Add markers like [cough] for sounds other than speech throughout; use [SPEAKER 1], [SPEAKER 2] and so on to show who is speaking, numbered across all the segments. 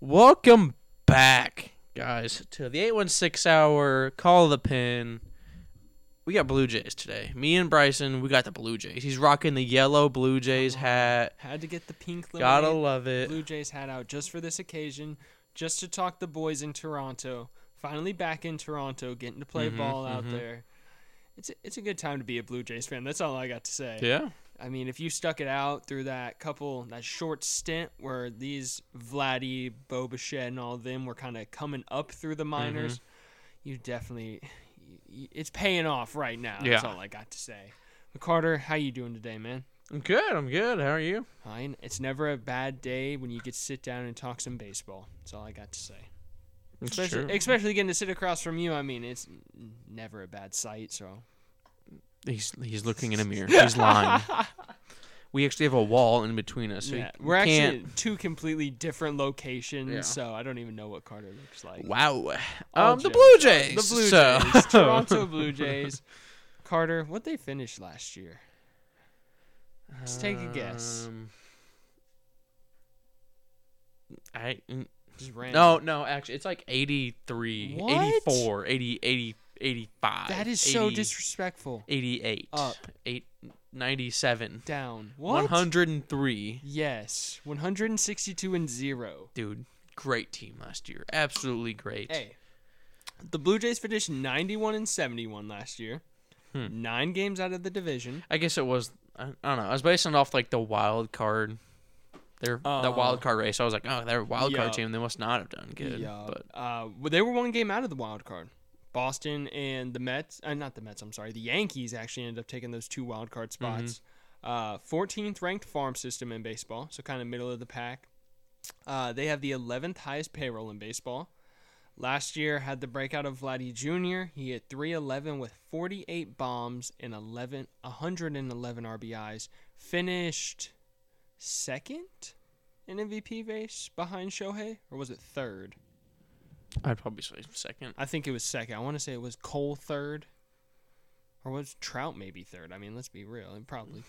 [SPEAKER 1] Welcome back, guys, to the 816 hour. Call the pin. We got Blue Jays today. Me and Bryson, we got the Blue Jays. He's rocking the yellow Blue Jays hat.
[SPEAKER 2] Had to get the pink lemonade
[SPEAKER 1] Gotta love it.
[SPEAKER 2] Blue Jays hat out just for this occasion, just to talk the boys in Toronto. Finally back in Toronto, getting to play
[SPEAKER 1] Mhm,
[SPEAKER 2] ball out
[SPEAKER 1] mhm.
[SPEAKER 2] there. It's a, it's a good time to be a Blue Jays fan. That's all I got to say.
[SPEAKER 1] Yeah.
[SPEAKER 2] I mean, if you stuck it out through that couple that short stint where these Vladdy, Bobichet, and all them were kind of coming up through
[SPEAKER 1] Mm-hmm.
[SPEAKER 2] the minors, you definitely y- y- it's paying off right now. That's
[SPEAKER 1] Yeah.
[SPEAKER 2] all I got to say. But Carter, how you doing today, man?
[SPEAKER 1] I'm good. I'm good. How are you?
[SPEAKER 2] Fine. It's never a bad day when you get to sit down and talk some baseball. That's all I got to say.
[SPEAKER 1] It's
[SPEAKER 2] Especially,
[SPEAKER 1] true.
[SPEAKER 2] especially getting to sit across from you. I mean, it's n- never a bad sight. So
[SPEAKER 1] He's, he's looking in a [laughs] mirror. He's lying. we actually have a wall in between us. So
[SPEAKER 2] yeah,
[SPEAKER 1] you,
[SPEAKER 2] we're
[SPEAKER 1] you
[SPEAKER 2] actually
[SPEAKER 1] can't.
[SPEAKER 2] in two completely different locations.
[SPEAKER 1] Yeah.
[SPEAKER 2] So I don't even know what Carter looks like.
[SPEAKER 1] Wow.
[SPEAKER 2] All
[SPEAKER 1] Um, the
[SPEAKER 2] jokes.
[SPEAKER 1] Blue
[SPEAKER 2] The
[SPEAKER 1] Jays.
[SPEAKER 2] Blue
[SPEAKER 1] so- [laughs]
[SPEAKER 2] Jays, Toronto Blue Jays. Carter, what they finished last year? Just take a guess.
[SPEAKER 1] Um, I mm,
[SPEAKER 2] Just random.
[SPEAKER 1] no no actually it's like 83
[SPEAKER 2] What?
[SPEAKER 1] 84 80 80 85
[SPEAKER 2] that is so
[SPEAKER 1] 80,
[SPEAKER 2] disrespectful.
[SPEAKER 1] 88
[SPEAKER 2] Up.
[SPEAKER 1] eight- 97
[SPEAKER 2] Down. What?
[SPEAKER 1] 103
[SPEAKER 2] Yes, 162 and zero.
[SPEAKER 1] dude great team last year absolutely great
[SPEAKER 2] Hey, the Blue Jays finished 91 and 71 last year.
[SPEAKER 1] Hmm.
[SPEAKER 2] Nine games out of the division.
[SPEAKER 1] I guess it was I, I don't know I was basing it off like the wild card their
[SPEAKER 2] Uh,
[SPEAKER 1] that wild card race I was like oh they're a wild
[SPEAKER 2] yeah.
[SPEAKER 1] card team they must not have done good
[SPEAKER 2] Yeah,
[SPEAKER 1] but
[SPEAKER 2] uh, well, they were one game out of the wild card. Boston and the Mets, uh, not the Mets, I'm sorry, the Yankees actually ended up taking those two wild card
[SPEAKER 1] Mm-hmm.
[SPEAKER 2] spots. Uh, 14th ranked farm system in baseball, so kind of middle of the pack. Uh, they have the 11th highest payroll in baseball. Last year had the breakout of Vladdy Jr. He hit 311 with 48 bombs and 11 111 RBIs. Finished second in MVP race behind Shohei, or was it third?
[SPEAKER 1] I'd probably say second
[SPEAKER 2] I think it was second. I want to say it was Cole third, or was Trout maybe third? I mean, let's be real. It probably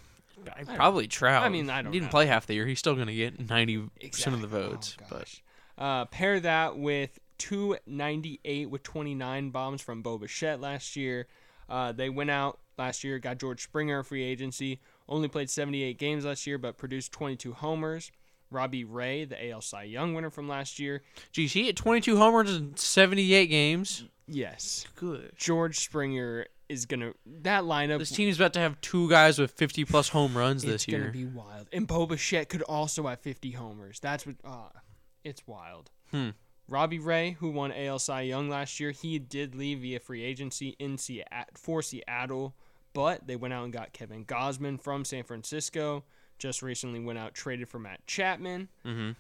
[SPEAKER 1] I
[SPEAKER 2] don't-
[SPEAKER 1] probably Trout.
[SPEAKER 2] I mean, I don't
[SPEAKER 1] He didn't
[SPEAKER 2] know.
[SPEAKER 1] play half the year. He's still going to get ninety percent of the
[SPEAKER 2] Exactly. Oh,
[SPEAKER 1] votes. but
[SPEAKER 2] gosh. uh, pair that with two ninety eight with twenty nine bombs from Bo Bichette last year. Uh, they went out last year, got George Springer free agency. Only played seventy eight games last year, but produced twenty two homers. Robbie Ray, the AL Cy Young winner from last year.
[SPEAKER 1] geez, he hit twenty-two homers in seventy-eight games.
[SPEAKER 2] Yes,
[SPEAKER 1] Good.
[SPEAKER 2] George Springer is gonna that lineup.
[SPEAKER 1] This team's about to have two guys with fifty-plus home runs this
[SPEAKER 2] it's gonna
[SPEAKER 1] year.
[SPEAKER 2] be wild. And Boba Shett could also have 50 homers. That's what. Uh, it's wild.
[SPEAKER 1] Hmm.
[SPEAKER 2] Robbie Ray, who won AL Cy Young last year, he did leave via free agency in Seattle, for Seattle, but they went out and got Kevin Gosman from San Francisco. Just recently went out traded for Matt Chapman.
[SPEAKER 1] Mhm.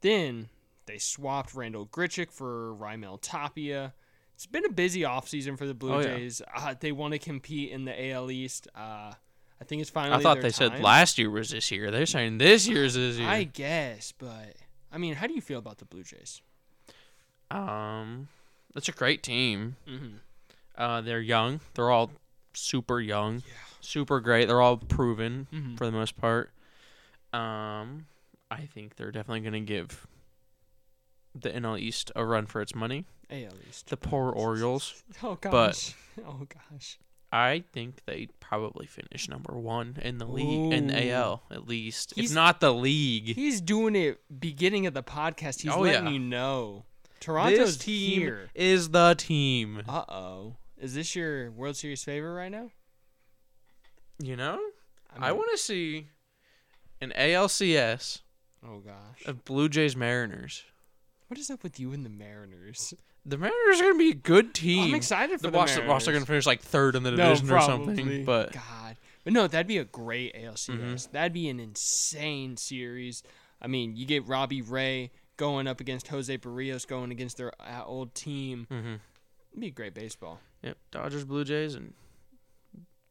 [SPEAKER 2] Then they swapped Randall Gritchick for Raimel Tapia. It's been a busy offseason for the Blue
[SPEAKER 1] Oh, yeah.
[SPEAKER 2] Jays. Uh, they want to compete in the AL East. Uh, I think it's finally.
[SPEAKER 1] I thought
[SPEAKER 2] their
[SPEAKER 1] they
[SPEAKER 2] time.
[SPEAKER 1] said last year was this year. They're saying this year's this year.
[SPEAKER 2] I guess, but I mean, how do you feel about the Blue Jays?
[SPEAKER 1] um, that's a great team.
[SPEAKER 2] Mm-hmm.
[SPEAKER 1] Uh, they're young. They're all super young, super great. They're all proven
[SPEAKER 2] Mhm.
[SPEAKER 1] for the most part. Um, I think they're definitely going to give the NL East a run for its money.
[SPEAKER 2] AL East.
[SPEAKER 1] [laughs] The poor Orioles.
[SPEAKER 2] Oh gosh.
[SPEAKER 1] but-
[SPEAKER 2] oh gosh.
[SPEAKER 1] I think they probably finish number one in the league in the
[SPEAKER 2] Ooh.
[SPEAKER 1] AL at least,
[SPEAKER 2] He's-
[SPEAKER 1] if not the league.
[SPEAKER 2] He's doing it beginning of the podcast. He's
[SPEAKER 1] Oh,
[SPEAKER 2] letting
[SPEAKER 1] yeah.
[SPEAKER 2] you know.
[SPEAKER 1] This
[SPEAKER 2] Toronto's
[SPEAKER 1] team
[SPEAKER 2] here.
[SPEAKER 1] is the team.
[SPEAKER 2] Uh oh. Is this your World Series favorite right now?
[SPEAKER 1] You know, I
[SPEAKER 2] mean-
[SPEAKER 1] want to see an ALCS
[SPEAKER 2] Oh gosh.
[SPEAKER 1] of Blue Jays Mariners.
[SPEAKER 2] What is up with you and the Mariners?
[SPEAKER 1] The Mariners are going to be a good team.
[SPEAKER 2] I'm excited for
[SPEAKER 1] The
[SPEAKER 2] the,
[SPEAKER 1] Boston,
[SPEAKER 2] Mariners.
[SPEAKER 1] Boston are going to finish like third in the
[SPEAKER 2] no,
[SPEAKER 1] division or
[SPEAKER 2] probably.
[SPEAKER 1] something. But Mm-hmm.
[SPEAKER 2] God, but no, that'd be a great ALCS. That'd be an insane series. I mean, you get Robbie Ray going up against Jose Barrios going against their uh, old team.
[SPEAKER 1] hmm
[SPEAKER 2] It'd be great baseball.
[SPEAKER 1] yep, Dodgers, Blue Jays, and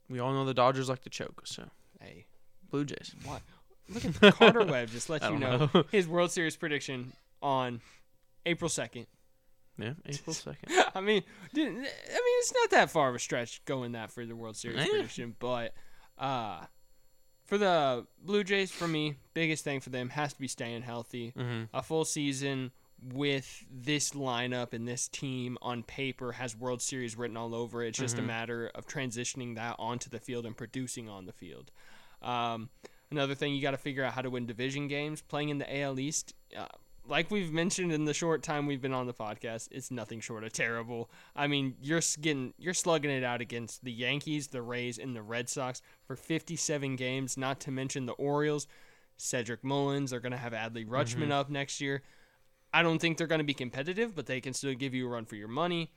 [SPEAKER 1] we all know the Dodgers like to choke. So
[SPEAKER 2] Hey,
[SPEAKER 1] Blue Jays.
[SPEAKER 2] what? Look
[SPEAKER 1] [laughs]
[SPEAKER 2] at Carter Webb. Just let
[SPEAKER 1] I
[SPEAKER 2] you
[SPEAKER 1] don't
[SPEAKER 2] know.
[SPEAKER 1] know.
[SPEAKER 2] his World Series prediction on April second.
[SPEAKER 1] Yeah,
[SPEAKER 2] [laughs]
[SPEAKER 1] April second.
[SPEAKER 2] I mean, didn't, I mean, it's not that far of a stretch going that for the World Series
[SPEAKER 1] Yeah.
[SPEAKER 2] prediction, but uh, for the Blue Jays, for me, biggest thing for them has to be staying healthy.
[SPEAKER 1] Mm-hmm.
[SPEAKER 2] A full season with this lineup and this team on paper has World Series written all over it. It's just a matter of transitioning that onto the field and producing on the field. Um, another thing you got to figure out how to win division games. Playing in the AL East, uh, like we've mentioned in the short time we've been on the podcast, it's nothing short of terrible. I mean, you're s- getting you're slugging it out against the Yankees, the Rays, and the Red Sox for 57 games. Not to mention the Orioles. Cedric Mullins. They're going to have Adley Rutschman up next year. I don't think they're going to be competitive, but they can still give you a run for your money.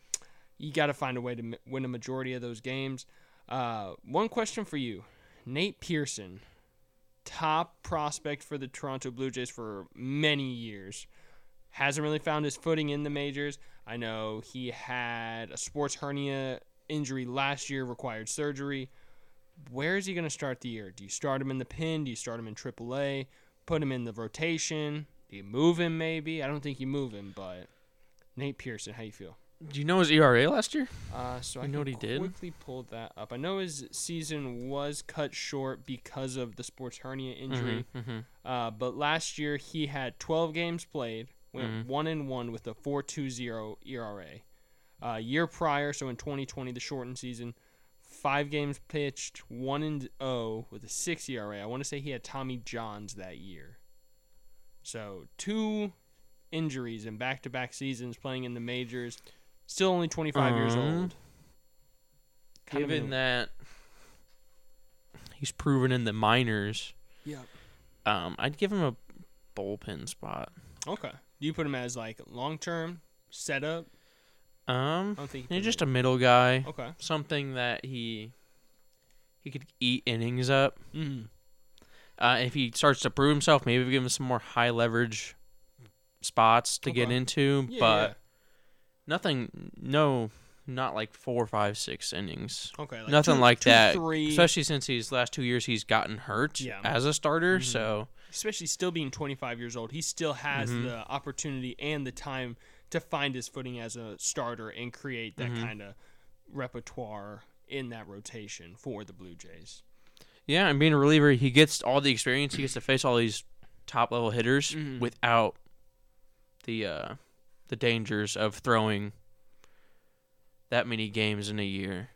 [SPEAKER 2] You got to find a way to m- win a majority of those games. Uh, one question for you Nate Pearson, top prospect for the Toronto Blue Jays for many years, hasn't really found his footing in the majors. I know he had a sports hernia injury last year, required surgery. Where is he going to start the year? Do you start him in the pin? Do you start him in AAA? Put him in the rotation? Do you move him maybe? I don't think you move him, but Nate Pearson, how you E feel?
[SPEAKER 1] Do you know his ERA last year?
[SPEAKER 2] Uh, so I
[SPEAKER 1] You know
[SPEAKER 2] can
[SPEAKER 1] what he did?
[SPEAKER 2] quickly pull that up. I know his season was cut short because of the sports hernia
[SPEAKER 1] Mm-hmm,
[SPEAKER 2] injury, uh, but last year he had 12 games played, went
[SPEAKER 1] Mm-hmm.
[SPEAKER 2] one and one with a 4.20 ERA. E Uh, year prior, so in 2020, the shortened season, five games pitched, one and zero with a six ERA. I want to say he had Tommy Johns that year, so two injuries in back-to-back seasons playing in the majors. Still only 25 years
[SPEAKER 1] Um,
[SPEAKER 2] old. Kind of
[SPEAKER 1] Given
[SPEAKER 2] an-
[SPEAKER 1] that he's proven in the minors,
[SPEAKER 2] Yeah.
[SPEAKER 1] um, I'd give him a bullpen spot.
[SPEAKER 2] Okay. Do you put him as like long term setup?
[SPEAKER 1] Um,
[SPEAKER 2] I don't think. you
[SPEAKER 1] he's
[SPEAKER 2] put
[SPEAKER 1] just a
[SPEAKER 2] him
[SPEAKER 1] middle guy,
[SPEAKER 2] in- okay.
[SPEAKER 1] something that he he could eat innings up.
[SPEAKER 2] Mm.
[SPEAKER 1] Uh, if he starts to prove himself, maybe we give him some more high leverage spots to get
[SPEAKER 2] Okay.
[SPEAKER 1] into,
[SPEAKER 2] Yeah,
[SPEAKER 1] but nothing, no, not like four, five, six innings.
[SPEAKER 2] yeah. okay.
[SPEAKER 1] nothing
[SPEAKER 2] two-
[SPEAKER 1] like
[SPEAKER 2] two,
[SPEAKER 1] that.
[SPEAKER 2] Three, especially,
[SPEAKER 1] Especially since these last two years he's gotten hurt
[SPEAKER 2] Yeah. Mm-hmm.
[SPEAKER 1] as a starter, so
[SPEAKER 2] still being 25 years old, he still has
[SPEAKER 1] Mhm.
[SPEAKER 2] the opportunity and the time to find his footing as a starter and create that
[SPEAKER 1] Mm-hmm.
[SPEAKER 2] kind of repertoire in that rotation for the Blue Jays.
[SPEAKER 1] yeah. And being a reliever, he gets all the experience. He gets to face all these top level hitters
[SPEAKER 2] Mhm.
[SPEAKER 1] without the uh, the dangers of throwing that many games in a year.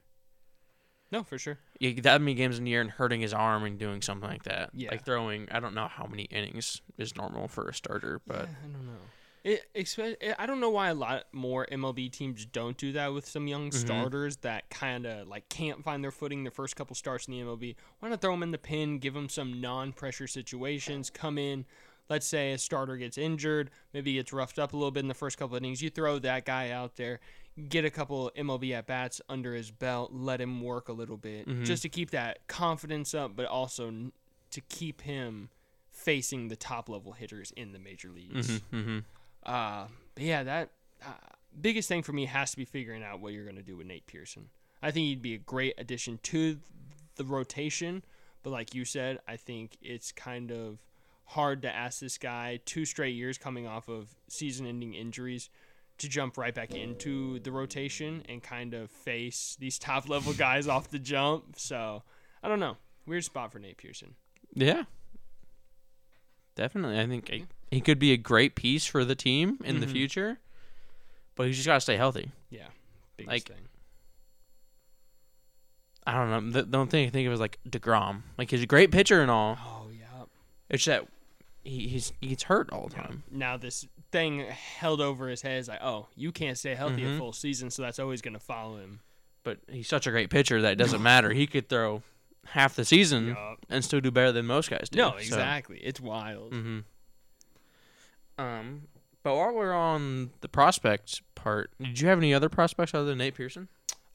[SPEAKER 2] No, for sure.
[SPEAKER 1] Yeah, that many games in a year and hurting his arm and doing something like that.
[SPEAKER 2] Yeah.
[SPEAKER 1] Like throwing, I don't know how many innings is normal for a starter, but
[SPEAKER 2] Yeah, I don't know. It, expe- it- I don't know why a lot more MLB teams don't do that with some young starters that kind of like can't find their footing their first couple starts in the MLB. Why not throw them in the pen, give them some non-pressure situations, come in. Let's say a starter gets injured, maybe gets roughed up a little bit in the first couple innings. You throw that guy out there, get a couple MLB at bats under his belt, let him work a little bit just to keep that confidence up, but also n- to keep him facing the top level hitters in the major leagues.
[SPEAKER 1] hmm
[SPEAKER 2] Uh, but yeah, that uh, biggest thing for me has to be figuring out what you're going to do with Nate Pearson. I think he'd be a great addition to the rotation, but like you said, I think it's kind of hard to ask this guy two straight years coming off of season-ending injuries to jump right back into the rotation and kind of face these top-level guys off the jump. So I don't know. Weird spot for Nate Pearson.
[SPEAKER 1] yeah, definitely. I think he- he could be a great piece for the team in
[SPEAKER 2] Mm-hmm.
[SPEAKER 1] the future, but he's just got to stay healthy.
[SPEAKER 2] Yeah, biggest
[SPEAKER 1] Like-
[SPEAKER 2] thing.
[SPEAKER 1] I don't know. The, the only thing I think of is like Degrom. Like he's a great pitcher and all.
[SPEAKER 2] Oh yeah.
[SPEAKER 1] It's that he, he's he gets hurt all the time.
[SPEAKER 2] now this thing held over his head is like, oh, you can't stay healthy a full season, so that's always going to follow him.
[SPEAKER 1] But he's such a great pitcher that it doesn't matter. He could throw half the season
[SPEAKER 2] Yup.
[SPEAKER 1] and still do better than most guys do.
[SPEAKER 2] No,
[SPEAKER 1] So, mm-hmm.
[SPEAKER 2] exactly. It's wild.
[SPEAKER 1] um, but while we're on the prospects part, did you have any other prospects other than Nate Pearson?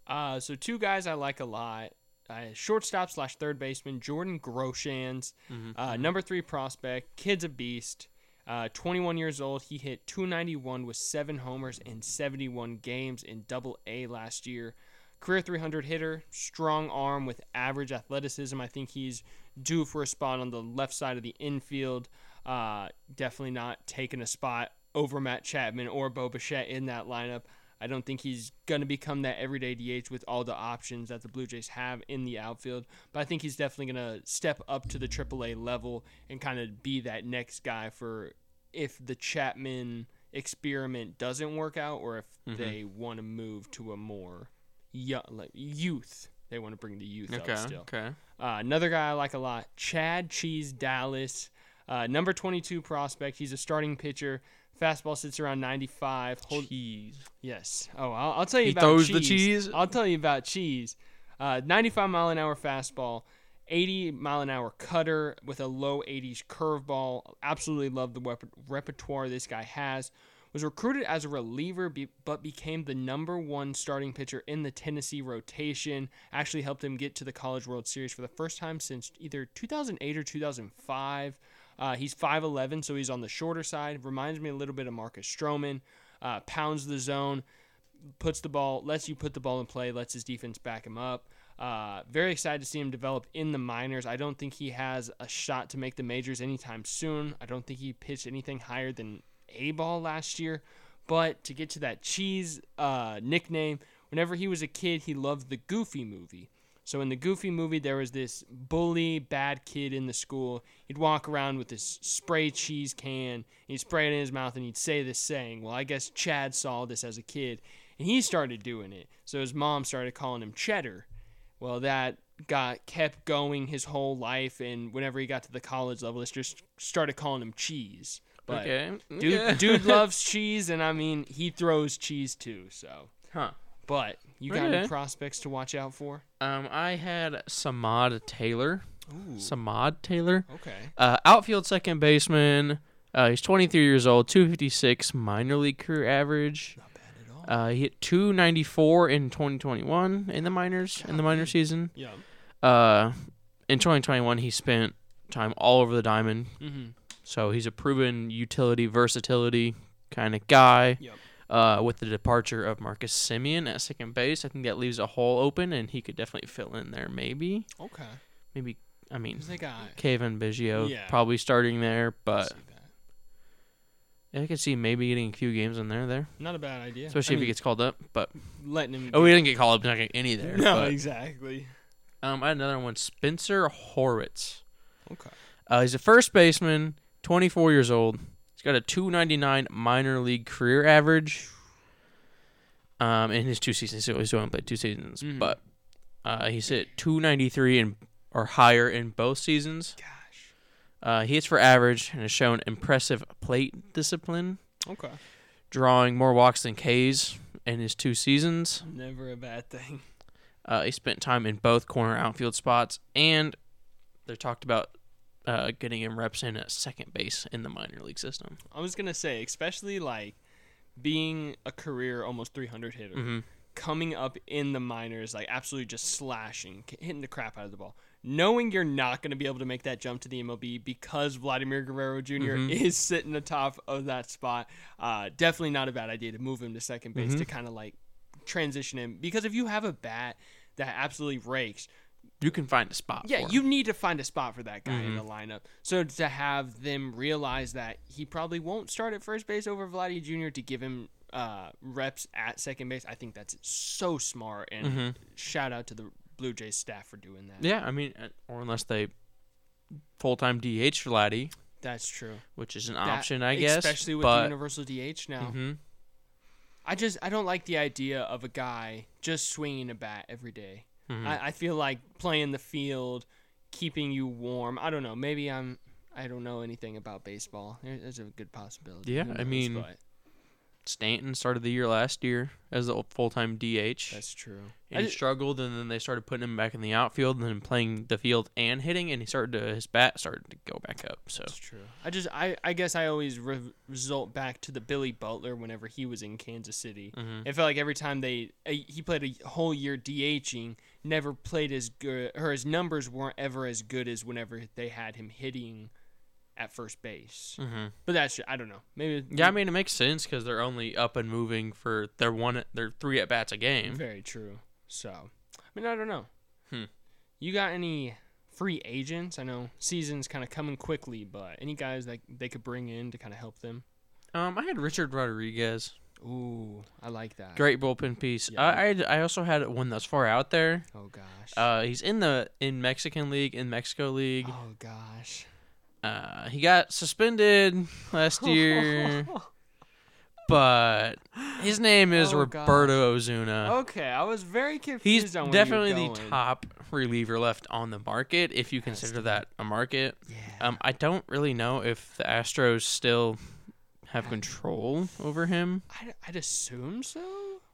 [SPEAKER 2] Uh, so two guys I like a lot. Uh, shortstop slash third baseman Jordan Groshans, uh, number three prospect, kid's a beast. Uh, 21 years old, he hit 291 with seven homers in 71 games in Double A last year. Career 300 hitter, strong arm with average athleticism. I think he's due for a spot on the left side of the infield. Uh, definitely not taking a spot over Matt Chapman or Bo Bichette in that lineup. I don't think he's going to become that everyday DH with all the options that the Blue Jays have in the outfield, but I think he's definitely going to step up to the AAA level and kind of be that next guy for if the Chapman experiment doesn't work out, or if
[SPEAKER 1] Mhm.
[SPEAKER 2] they want to move to a more yo- like youth. They want to bring the youth
[SPEAKER 1] Okay.
[SPEAKER 2] up still.
[SPEAKER 1] Okay.
[SPEAKER 2] Uh, another guy I like a lot, Chad Cheese Dallas, uh, number 22 prospect. He's a starting pitcher. Fastball sits around 95. Hold,
[SPEAKER 1] Cheese.
[SPEAKER 2] yes. Oh, I'll, I'll tell you
[SPEAKER 1] He
[SPEAKER 2] about
[SPEAKER 1] throws
[SPEAKER 2] cheese.
[SPEAKER 1] the cheese?
[SPEAKER 2] I'll tell you about cheese. Uh, 95 mile an hour fastball, 80 mile an hour cutter with a low 80s curveball. Absolutely love the wep- repertoire this guy has. Was recruited as a reliever, be- but became the number one starting pitcher in the Tennessee rotation. Actually helped him get to the College World Series for the first time since either 2008 or 2005. Uh, he's 5'11, so he's on the shorter side. Reminds me a little bit of Marcus Stroman. Uh, pounds the zone, puts the ball, lets you put the ball in play, lets his defense back him up. Uh, very excited to see him develop in the minors. I don't think he has a shot to make the majors anytime soon. I don't think he pitched anything higher than A ball last year. But to get to that cheese uh, nickname, whenever he was a kid, he loved the Goofy movie. So in the Goofy movie, there was this bully, bad kid in the school. He'd walk around with this spray cheese can, and he'd spray it in his mouth, and he'd say this saying. Well, I guess Chad saw this as a kid, and he started doing it. So his mom started calling him Cheddar. Well, that got kept going his whole life, and whenever he got to the college level, it's just started calling him Cheese. But
[SPEAKER 1] okay.
[SPEAKER 2] dude,
[SPEAKER 1] okay. [laughs]
[SPEAKER 2] dude loves cheese, and I mean he throws cheese too. So,
[SPEAKER 1] Huh.
[SPEAKER 2] but you got any
[SPEAKER 1] Okay.
[SPEAKER 2] prospects to watch out for?
[SPEAKER 1] Um, I had Samad Taylor.
[SPEAKER 2] Ooh,
[SPEAKER 1] Samad Taylor.
[SPEAKER 2] okay.
[SPEAKER 1] Uh, outfield second baseman. Uh, he's 23 years old, 256 minor league career average.
[SPEAKER 2] Not bad at all.
[SPEAKER 1] Uh, he hit 294 in 2021 in the minors in the minor season.
[SPEAKER 2] yeah.
[SPEAKER 1] Uh, in 2021, he spent time all over the diamond,
[SPEAKER 2] Mm-hmm.
[SPEAKER 1] so he's a proven utility, versatility kind of guy.
[SPEAKER 2] Yep.
[SPEAKER 1] Uh, with the departure of Marcus Simeon at second base, I think that leaves a hole open, and he could definitely fill in there. Maybe,
[SPEAKER 2] Okay.
[SPEAKER 1] maybe. I mean,
[SPEAKER 2] Who's that guy?
[SPEAKER 1] Kevin Biggio
[SPEAKER 2] Yeah.
[SPEAKER 1] probably starting there,
[SPEAKER 2] I
[SPEAKER 1] but
[SPEAKER 2] see that.
[SPEAKER 1] I could see maybe getting a few games in there there,
[SPEAKER 2] Not a bad idea.
[SPEAKER 1] especially
[SPEAKER 2] I
[SPEAKER 1] if he
[SPEAKER 2] mean,
[SPEAKER 1] gets called up. But
[SPEAKER 2] letting him.
[SPEAKER 1] oh, we didn't get called up, not getting any there.
[SPEAKER 2] [laughs] no,
[SPEAKER 1] but,
[SPEAKER 2] exactly.
[SPEAKER 1] um, I had another one, Spencer Horwitz.
[SPEAKER 2] Okay.
[SPEAKER 1] Uh, he's a first baseman, 24 years old. He's got a 299 minor league career average. Um, in his two seasons, so he's only played two seasons,
[SPEAKER 2] Mhm.
[SPEAKER 1] but uh, he's hit 293 and or higher in both seasons.
[SPEAKER 2] Gosh.
[SPEAKER 1] Uh, he hits for average and has shown impressive plate discipline,
[SPEAKER 2] Okay.
[SPEAKER 1] drawing more walks than Ks in his two seasons.
[SPEAKER 2] Never a bad thing.
[SPEAKER 1] Uh, he spent time in both corner outfield spots, and they talked about uh, getting him reps in at second base in the minor league system.
[SPEAKER 2] I was gonna say, especially like being a career almost 300 hitter.
[SPEAKER 1] Mm-hmm.
[SPEAKER 2] coming up in the minors, like absolutely just slashing, k- hitting the crap out of the ball, knowing you're not going to be able to make that jump to the MLB because Vladimir Guerrero junior is sitting atop of that spot. Uh, definitely not a bad idea to move him to second base to kind of like transition him because if you have a bat that absolutely rakes,
[SPEAKER 1] you can find a spot.
[SPEAKER 2] yeah,
[SPEAKER 1] for Mm-hmm. him.
[SPEAKER 2] you need to find a spot for that guy in the lineup. So to have them realize that he probably won't start at first base over Vladdy Jr. to give him uh, reps at second base, I think that's so smart. And shout out to the Blue Jays staff for doing that.
[SPEAKER 1] Mm-hmm. Yeah, I mean, uh, or unless they full time DH for Laddie,
[SPEAKER 2] That's true.
[SPEAKER 1] which is an
[SPEAKER 2] That-
[SPEAKER 1] option, I guess.
[SPEAKER 2] especially with the
[SPEAKER 1] but,
[SPEAKER 2] universal DH now.
[SPEAKER 1] Mhm.
[SPEAKER 2] I just I don't like the idea of a guy just swinging a bat every day.
[SPEAKER 1] Mm-hmm.
[SPEAKER 2] I, I feel like playing the field, keeping you warm. I don't know. Maybe I'm. I don't know anything about baseball. There- There's a good possibility.
[SPEAKER 1] Yeah,
[SPEAKER 2] Who
[SPEAKER 1] I
[SPEAKER 2] knows,
[SPEAKER 1] mean-
[SPEAKER 2] but
[SPEAKER 1] Stanton started the year last year as the full time DH,
[SPEAKER 2] that's true. I
[SPEAKER 1] and he
[SPEAKER 2] ju-
[SPEAKER 1] struggled, and then they started putting him back in the outfield, and then playing the field and hitting, and he started to his bat started to go back up. So
[SPEAKER 2] that's true. I just I I guess I always re- result back to the Billy Butler whenever he was in Kansas City.
[SPEAKER 1] Mm-hmm.
[SPEAKER 2] It felt like every time they uh, he played a whole year DHing, never played as good or his numbers weren't ever as good as whenever they had him hitting at first base.
[SPEAKER 1] Mhm.
[SPEAKER 2] But that's I don't know. Maybe
[SPEAKER 1] yeah, I mean it makes sense because they're only up and moving for their one, their three at bats a game.
[SPEAKER 2] Very true. So, I mean, I don't know.
[SPEAKER 1] mm. Hmm.
[SPEAKER 2] You got any free agents? I know season's kind of coming quickly, but any guys that they could bring in to kind of help them?
[SPEAKER 1] Um, I had Richard Rodriguez,
[SPEAKER 2] Ooh, I like that.
[SPEAKER 1] great bullpen piece.
[SPEAKER 2] Yeah.
[SPEAKER 1] I I, had- I also had one that's far out there.
[SPEAKER 2] Oh gosh.
[SPEAKER 1] Uh, he's in the in Mexican League, in Mexico League.
[SPEAKER 2] oh gosh. [laughs]
[SPEAKER 1] Uh, he got suspended last year, but his name is
[SPEAKER 2] Oh,
[SPEAKER 1] Roberto Ozuna.
[SPEAKER 2] Okay, I was very confused.
[SPEAKER 1] uh, He's
[SPEAKER 2] on where you were
[SPEAKER 1] definitely the
[SPEAKER 2] going.
[SPEAKER 1] top reliever left on the market if you consider that a market.
[SPEAKER 2] Yeah.
[SPEAKER 1] Um, I don't really know if the Astros still have control over him,
[SPEAKER 2] I'd, I'd assume so.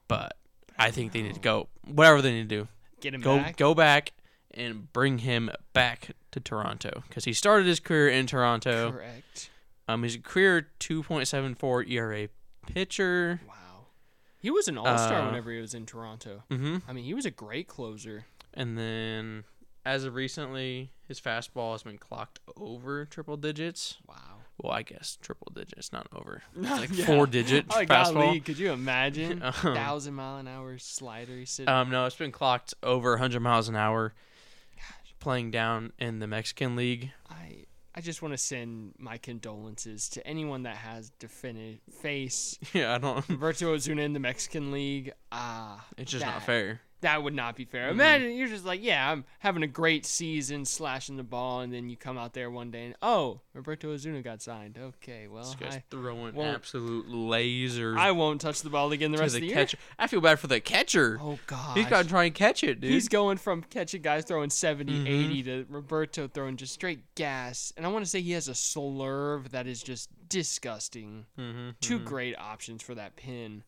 [SPEAKER 1] but I think they need to go whatever they need to do.
[SPEAKER 2] Get him
[SPEAKER 1] Go
[SPEAKER 2] back.
[SPEAKER 1] go back and bring him back to Toronto because he started his career in Toronto.
[SPEAKER 2] Correct.
[SPEAKER 1] Um, his career 2.74 ERA E pitcher.
[SPEAKER 2] Wow. He was an all star
[SPEAKER 1] Uh,
[SPEAKER 2] whenever he was in Toronto.
[SPEAKER 1] hmm
[SPEAKER 2] I mean, he was a great closer.
[SPEAKER 1] And then as of recently, his fastball has been clocked over triple digits.
[SPEAKER 2] Wow.
[SPEAKER 1] Well, I guess triple digits, not over.
[SPEAKER 2] [laughs]
[SPEAKER 1] It's like four digit
[SPEAKER 2] Oh, golly,
[SPEAKER 1] fastball.
[SPEAKER 2] could
[SPEAKER 1] [laughs]
[SPEAKER 2] you imagine?
[SPEAKER 1] Um,
[SPEAKER 2] Thousand mile an hour slider he's sitting.
[SPEAKER 1] Um, no, it's been clocked over 100 miles an hour. Playing down in the Mexican League. [laughs]
[SPEAKER 2] I I just want to send my condolences to anyone that has to fini-
[SPEAKER 1] [laughs]
[SPEAKER 2] face
[SPEAKER 1] Yeah, I don't.
[SPEAKER 2] Roberto Ozuna in the Mexican League. Ah,
[SPEAKER 1] It's just not
[SPEAKER 2] that-
[SPEAKER 1] fair.
[SPEAKER 2] That would not be fair.
[SPEAKER 1] Mm-hmm.
[SPEAKER 2] Imagine you're just like, yeah, I'm having a great season slashing the ball, and then you come out there one day and oh, Roberto Ozuna got signed. Okay, well,
[SPEAKER 1] This guy's
[SPEAKER 2] I,
[SPEAKER 1] throwing
[SPEAKER 2] won't-
[SPEAKER 1] absolute lasers
[SPEAKER 2] I won't touch the ball again the
[SPEAKER 1] to
[SPEAKER 2] rest
[SPEAKER 1] the,
[SPEAKER 2] of the
[SPEAKER 1] catcher. I feel bad for the catcher.
[SPEAKER 2] year. Oh God,
[SPEAKER 1] He's got to try and catch it, dude. Mm-hmm.
[SPEAKER 2] He's going from catching guys throwing 70, 80 to Roberto throwing just straight gas. And I want to say he has a slurve that is just disgusting.
[SPEAKER 1] Mhm.
[SPEAKER 2] 2 great options for that pin.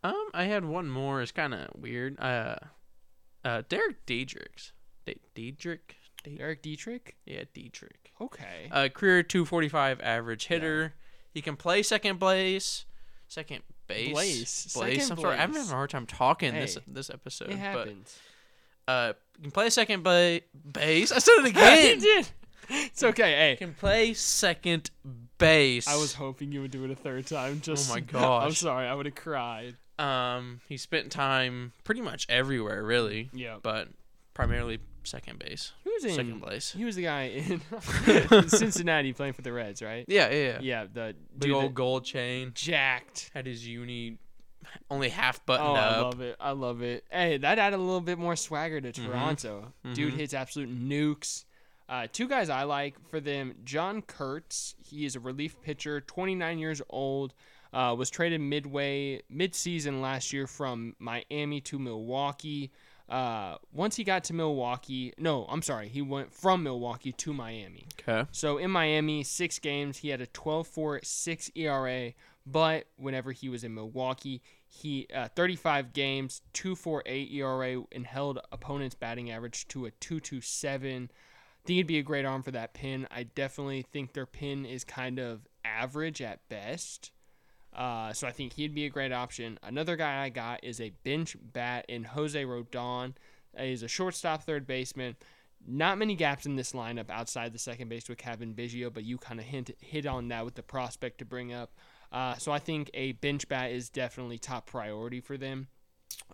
[SPEAKER 1] Um, I had one more. It's kind of weird. Uh, uh, Derek Diedrichs. De- Diedrich. De-
[SPEAKER 2] Eric Dietrich?
[SPEAKER 1] yeah, Diedrich.
[SPEAKER 2] Okay.
[SPEAKER 1] Uh, career 245 average hitter. He can play second base. Second base.
[SPEAKER 2] Blaze.
[SPEAKER 1] Blaze.
[SPEAKER 2] Second
[SPEAKER 1] I'm sorry. I'm
[SPEAKER 2] blaze.
[SPEAKER 1] having a hard time talking this
[SPEAKER 2] Hey,
[SPEAKER 1] this episode.
[SPEAKER 2] it
[SPEAKER 1] but
[SPEAKER 2] happens.
[SPEAKER 1] [laughs]
[SPEAKER 2] [laughs]
[SPEAKER 1] uh, he can play second ba- base. I said
[SPEAKER 2] [laughs]
[SPEAKER 1] it
[SPEAKER 2] He
[SPEAKER 1] again.
[SPEAKER 2] did. It's okay. Hey,
[SPEAKER 1] can play second base.
[SPEAKER 2] I was hoping you would do it a third time. Just
[SPEAKER 1] Oh my
[SPEAKER 2] [laughs] I'm
[SPEAKER 1] gosh.
[SPEAKER 2] sorry. I would have cried.
[SPEAKER 1] um. He spent time pretty much everywhere, really,
[SPEAKER 2] Yeah.
[SPEAKER 1] but primarily second base.
[SPEAKER 2] He was in.
[SPEAKER 1] second place.
[SPEAKER 2] He was the guy [laughs] in Cincinnati playing for the Reds, right?
[SPEAKER 1] Yeah, yeah, yeah.
[SPEAKER 2] Yeah. The
[SPEAKER 1] Big
[SPEAKER 2] dude
[SPEAKER 1] old
[SPEAKER 2] that
[SPEAKER 1] gold chain.
[SPEAKER 2] jacked.
[SPEAKER 1] Had his uni only half buttoned
[SPEAKER 2] Oh, I
[SPEAKER 1] up.
[SPEAKER 2] love it. I love it. Hey, that added a little bit more swagger to
[SPEAKER 1] Mm-hmm.
[SPEAKER 2] Toronto. Dude hits absolute nukes. Uh, two guys I like for them John Kurtz. He is a relief pitcher, 29 years old. Uh, was traded midway, midseason last year from Miami to Milwaukee. Uh, once he got to Milwaukee, no, I'm sorry, he went from Milwaukee to Miami.
[SPEAKER 1] Okay.
[SPEAKER 2] So in Miami, six games, he had a 12.46 ERA. E But whenever he was in Milwaukee, he uh, 35 games, 2.48 ERA, E and held opponents' batting average to a 2.27. Think he'd be a great arm for that pin. I definitely think their pin is kind of average at best. Uh, so I think he'd be a great option. Another guy I got is a bench bat in Jose Rodon. He's a shortstop, third baseman. Not many gaps in this lineup outside the second base with Kevin Biggio, but you kind of hint hit on that with the prospect to bring up. Uh, so I think a bench bat is definitely top priority for them.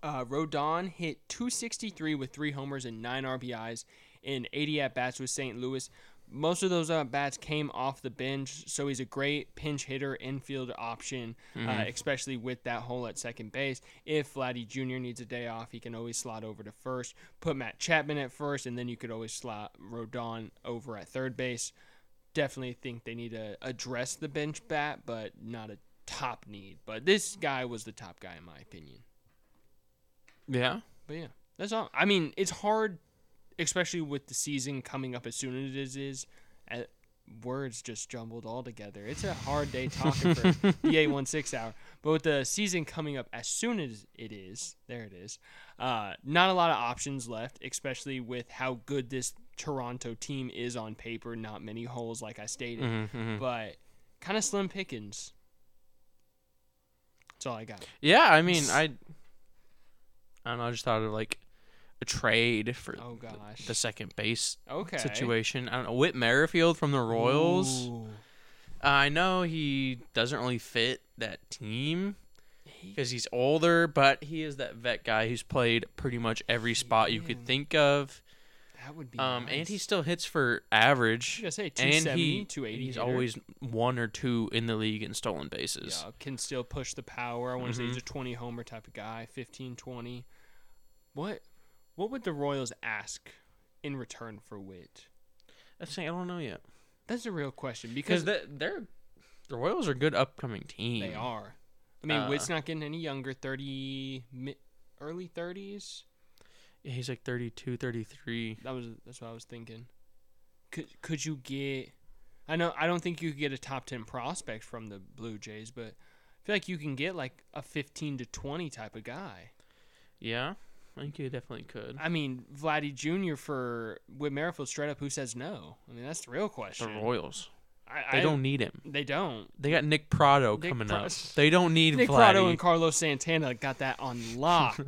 [SPEAKER 2] Uh, Rodon hit 263 with three homers and nine RBIs in 80 at bats with St. Louis. Most of those at bats came off the bench, so he's a great pinch hitter, infield option, uh, especially with that hole at second base. If Vladdy Jr. needs a day off, he can always slot over to first, put Matt Chapman at first, and then you could always slot Rodon over at third base. Definitely think they need to address the bench bat, but not a top need. But this guy was the top guy, in my opinion.
[SPEAKER 1] Yeah.
[SPEAKER 2] But yeah, that's all. I mean, it's hard, especially with the season coming up as soon as it is. uh, Words just jumbled all together. It's a hard day
[SPEAKER 1] [laughs]
[SPEAKER 2] talking for the eight one six hour. But with the season coming up as soon as it is, there it is. Uh, not a lot of options left, especially with how good this Toronto team is on paper. Not many holes, like I stated,
[SPEAKER 1] Mm-hmm.
[SPEAKER 2] but kind of slim pickings. That's all I got.
[SPEAKER 1] Yeah. I mean, I. I don't know. I just thought of like a trade for
[SPEAKER 2] Oh gosh.
[SPEAKER 1] the second base
[SPEAKER 2] Okay.
[SPEAKER 1] situation. I don't know. Whit Merrifield from the Royals.
[SPEAKER 2] Ooh.
[SPEAKER 1] I know he doesn't really fit that team because he's older, but he is that vet guy who's played pretty much every spot you could think of.
[SPEAKER 2] That would be
[SPEAKER 1] Um, and
[SPEAKER 2] nice.
[SPEAKER 1] he still hits for average.
[SPEAKER 2] I was gonna say,
[SPEAKER 1] and
[SPEAKER 2] 270,
[SPEAKER 1] he,
[SPEAKER 2] 280
[SPEAKER 1] He's
[SPEAKER 2] hitter.
[SPEAKER 1] always one or two in the league in stolen bases.
[SPEAKER 2] yeah, can still push the power. I want to say
[SPEAKER 1] Mm-hmm.
[SPEAKER 2] he's a 20 homer type of guy, 15 20. What what would the Royals ask in return for Wit?
[SPEAKER 1] I'm saying I don't know yet
[SPEAKER 2] That's a real question
[SPEAKER 1] because
[SPEAKER 2] because
[SPEAKER 1] they, they're the Royals are a good upcoming team.
[SPEAKER 2] they are. I mean,
[SPEAKER 1] Uh,
[SPEAKER 2] Witt's not getting any younger. Thirty, mi- early thirties.
[SPEAKER 1] Yeah, he's like 32, 33.
[SPEAKER 2] That was that's what I was thinking. Could could you get? I know I don't think you could get a top ten prospect from the Blue Jays, but I feel like you can get like a fifteen to twenty type of guy.
[SPEAKER 1] Yeah, I think you definitely could.
[SPEAKER 2] I mean, Vladdy Jr. for Whit Merrifield straight up. Who says no? I mean, that's the real
[SPEAKER 1] The
[SPEAKER 2] question.
[SPEAKER 1] Royals.
[SPEAKER 2] I,
[SPEAKER 1] They
[SPEAKER 2] I-
[SPEAKER 1] don't need him.
[SPEAKER 2] They don't.
[SPEAKER 1] They got Nick Prado
[SPEAKER 2] Nick
[SPEAKER 1] coming
[SPEAKER 2] Pro-
[SPEAKER 1] up. They don't need
[SPEAKER 2] Nick
[SPEAKER 1] Nick
[SPEAKER 2] Prado and Carlos Santana got that
[SPEAKER 1] [laughs]
[SPEAKER 2] on lock.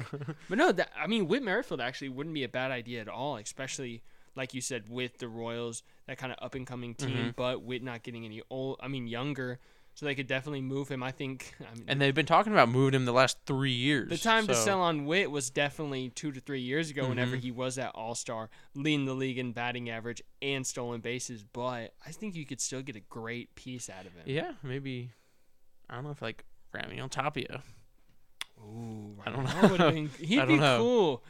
[SPEAKER 2] but no, that, I mean, Whit Merrifield actually wouldn't be a bad idea at all, especially like you said with the Royals, that kind of up and coming team.
[SPEAKER 1] Mm-hmm.
[SPEAKER 2] But Whit not getting any old, I mean, younger, so they could definitely move him. I think. I mean,
[SPEAKER 1] and they've been talking about moving him the last three years.
[SPEAKER 2] the time to
[SPEAKER 1] so- Mm-hmm.
[SPEAKER 2] sell on Witt was definitely two to three years ago. Whenever he was at All Star, leading the league in batting average and stolen bases, but I think you could still get a great piece out of him.
[SPEAKER 1] Yeah, maybe. I don't know if like Ramiel Tapia.
[SPEAKER 2] Ooh,
[SPEAKER 1] I don't
[SPEAKER 2] Rondell
[SPEAKER 1] know.
[SPEAKER 2] would've
[SPEAKER 1] [laughs]
[SPEAKER 2] been- he'd
[SPEAKER 1] don't
[SPEAKER 2] be
[SPEAKER 1] know.
[SPEAKER 2] cool.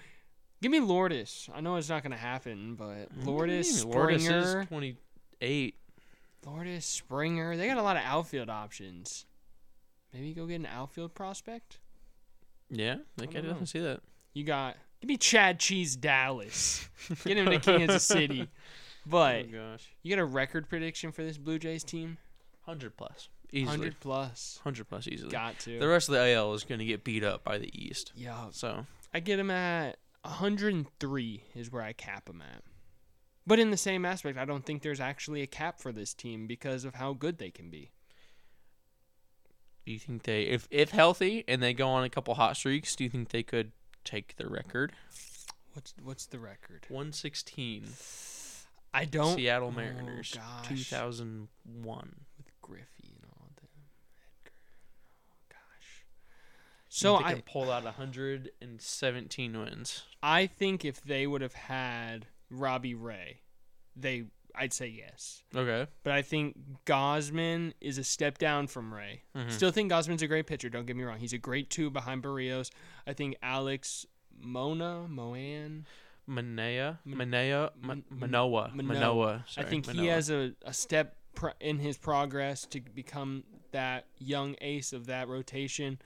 [SPEAKER 2] Give me Lourdes. I know it's not gonna happen, but Lourdes,
[SPEAKER 1] Mm, Lourdes is
[SPEAKER 2] Springer,
[SPEAKER 1] 28.
[SPEAKER 2] Lourdes, Springer. They got a lot of outfield options. Maybe go get an outfield prospect.
[SPEAKER 1] Yeah,
[SPEAKER 2] I
[SPEAKER 1] like I,
[SPEAKER 2] don't know.
[SPEAKER 1] definitely see that.
[SPEAKER 2] You got give me Chad Cheese Dallas.
[SPEAKER 1] [laughs]
[SPEAKER 2] Get him to Kansas City. But
[SPEAKER 1] oh gosh,
[SPEAKER 2] you got a record prediction for this Blue Jays team?
[SPEAKER 1] hundred plus easily.
[SPEAKER 2] Hundred plus.
[SPEAKER 1] Hundred plus easily.
[SPEAKER 2] Got to.
[SPEAKER 1] The rest of the AL is going to get beat up by the East.
[SPEAKER 2] yeah,
[SPEAKER 1] So
[SPEAKER 2] I get him at 103 is where I cap him at. But in the same aspect, I don't think there's actually a cap for this team because of how good they can be.
[SPEAKER 1] do you think they, if if healthy and they go on a couple hot streaks, do you think they could take the record?
[SPEAKER 2] What's what's the record?
[SPEAKER 1] One sixteen.
[SPEAKER 2] I don't
[SPEAKER 1] Seattle
[SPEAKER 2] oh,
[SPEAKER 1] Mariners.
[SPEAKER 2] gosh,
[SPEAKER 1] Two thousand one.
[SPEAKER 2] with Griffey and all them. Edgar. Oh gosh. So
[SPEAKER 1] they
[SPEAKER 2] I
[SPEAKER 1] can pull out hundred and seventeen wins.
[SPEAKER 2] I think if they would have had Robbie Ray, they I'd say yes.
[SPEAKER 1] Okay.
[SPEAKER 2] But I think Gosman is a step down from Ray.
[SPEAKER 1] Mhm.
[SPEAKER 2] Still think Gosman's a great pitcher. Don't get me wrong. He's a great two behind Barrios. I think Alex Mona Moan.
[SPEAKER 1] Manea,
[SPEAKER 2] Man-
[SPEAKER 1] Manea, Ma-
[SPEAKER 2] Man-
[SPEAKER 1] Manoa,
[SPEAKER 2] Mano-
[SPEAKER 1] Manoa.
[SPEAKER 2] I
[SPEAKER 1] sorry,
[SPEAKER 2] think he
[SPEAKER 1] Manoa.
[SPEAKER 2] has a, a step pro- in his progress to become that young ace of that rotation.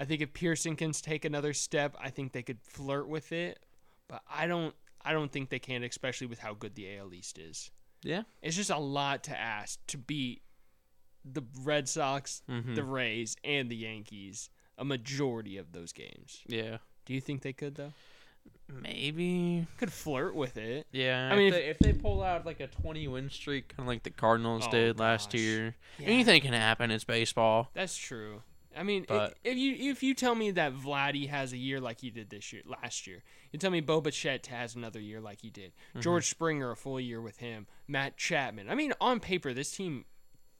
[SPEAKER 2] I think if Pearson can take another step, I think they could flirt with it. But I don't. I don't think they can, especially with how good the AL East is.
[SPEAKER 1] Yeah.
[SPEAKER 2] It's just a lot to ask to beat the Red Sox,
[SPEAKER 1] Mhm.
[SPEAKER 2] the Rays, and the Yankees a majority of those games.
[SPEAKER 1] Yeah.
[SPEAKER 2] Do you think they could though?
[SPEAKER 1] Maybe.
[SPEAKER 2] Could flirt with it.
[SPEAKER 1] Yeah.
[SPEAKER 2] I
[SPEAKER 1] I
[SPEAKER 2] mean,
[SPEAKER 1] mean,
[SPEAKER 2] if-
[SPEAKER 1] if they, if they pull out like a 20 win streak, kind of like the Cardinals
[SPEAKER 2] Oh,
[SPEAKER 1] did last
[SPEAKER 2] gosh.
[SPEAKER 1] year,
[SPEAKER 2] Yeah.
[SPEAKER 1] anything can happen. It's baseball.
[SPEAKER 2] That's true. I mean, i-
[SPEAKER 1] But-
[SPEAKER 2] if you if you tell me that Vladdy has a year like he did this year, last year, you tell me Bo Bichette has another year like he did.
[SPEAKER 1] Mm-hmm.
[SPEAKER 2] George Springer a full year with him. Matt Chapman. I mean, on paper, this team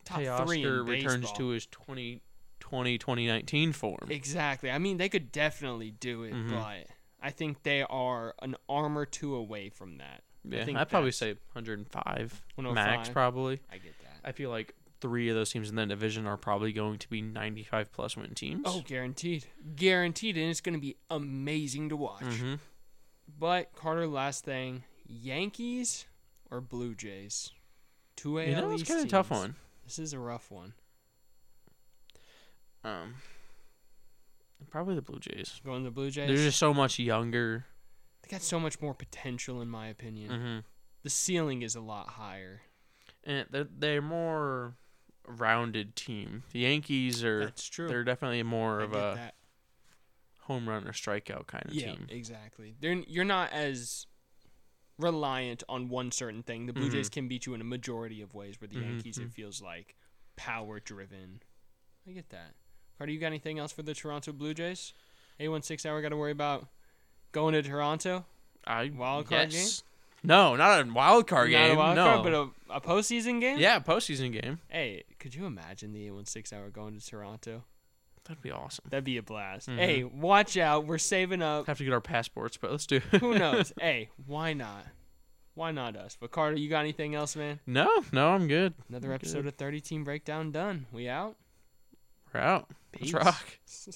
[SPEAKER 2] top three in
[SPEAKER 1] Teoscar returns
[SPEAKER 2] baseball.
[SPEAKER 1] to his 2020 2019 form.
[SPEAKER 2] Exactly. I mean, they could definitely do it,
[SPEAKER 1] Mm-hmm.
[SPEAKER 2] but I think they are an arm or two away from that.
[SPEAKER 1] yeah,
[SPEAKER 2] think
[SPEAKER 1] I'd probably
[SPEAKER 2] that's-
[SPEAKER 1] say 105 max,
[SPEAKER 2] 105.
[SPEAKER 1] probably.
[SPEAKER 2] I get that.
[SPEAKER 1] I feel like three of those teams in that division are probably going to be 95 plus win teams.
[SPEAKER 2] Oh, guaranteed. Guaranteed, and it's going to be amazing to watch.
[SPEAKER 1] Mhm.
[SPEAKER 2] But Carter, last thing, Yankees or Blue Jays? Two AL
[SPEAKER 1] you know, it's
[SPEAKER 2] East
[SPEAKER 1] kind of a tough
[SPEAKER 2] teams.
[SPEAKER 1] one.
[SPEAKER 2] This is a rough one.
[SPEAKER 1] Um, probably the Blue Jays.
[SPEAKER 2] Going to the Blue Jays.
[SPEAKER 1] They're just so much younger.
[SPEAKER 2] they got so much more potential, in my opinion.
[SPEAKER 1] Mm-hmm.
[SPEAKER 2] The ceiling is a lot higher.
[SPEAKER 1] And they're, they're more rounded team. The Yankees are
[SPEAKER 2] That's true.
[SPEAKER 1] they're definitely more
[SPEAKER 2] I
[SPEAKER 1] of
[SPEAKER 2] get
[SPEAKER 1] a
[SPEAKER 2] that.
[SPEAKER 1] home run or strikeout kind of
[SPEAKER 2] Yeah,
[SPEAKER 1] team.
[SPEAKER 2] exactly. They're, you're not as reliant on one certain thing. The Blue
[SPEAKER 1] Mm-hmm.
[SPEAKER 2] Jays can beat you in a majority of ways, where the Yankees, it feels like power driven. I get that. Carter, you got anything else for the Toronto Blue Jays? A16 hour got to worry about going to Toronto?
[SPEAKER 1] I
[SPEAKER 2] Wild card game?
[SPEAKER 1] No, not a wild card
[SPEAKER 2] Not
[SPEAKER 1] game.
[SPEAKER 2] a wild
[SPEAKER 1] no.
[SPEAKER 2] card, but a, a postseason game?
[SPEAKER 1] yeah, postseason game.
[SPEAKER 2] Hey, could you imagine the A16 hour going to Toronto?
[SPEAKER 1] That'd be awesome.
[SPEAKER 2] That'd be a blast.
[SPEAKER 1] Mm-hmm.
[SPEAKER 2] Hey, watch out. We're saving up.
[SPEAKER 1] Have to get our passports, but let's do. it.
[SPEAKER 2] Who knows? [laughs] hey, why not? Why not us? But Carter, you got anything else, man?
[SPEAKER 1] [laughs] no, no, I'm good.
[SPEAKER 2] Another episode of 30 Team Breakdown done. We out.
[SPEAKER 1] We're out.
[SPEAKER 2] Peace. [laughs]
[SPEAKER 1] Let's rock.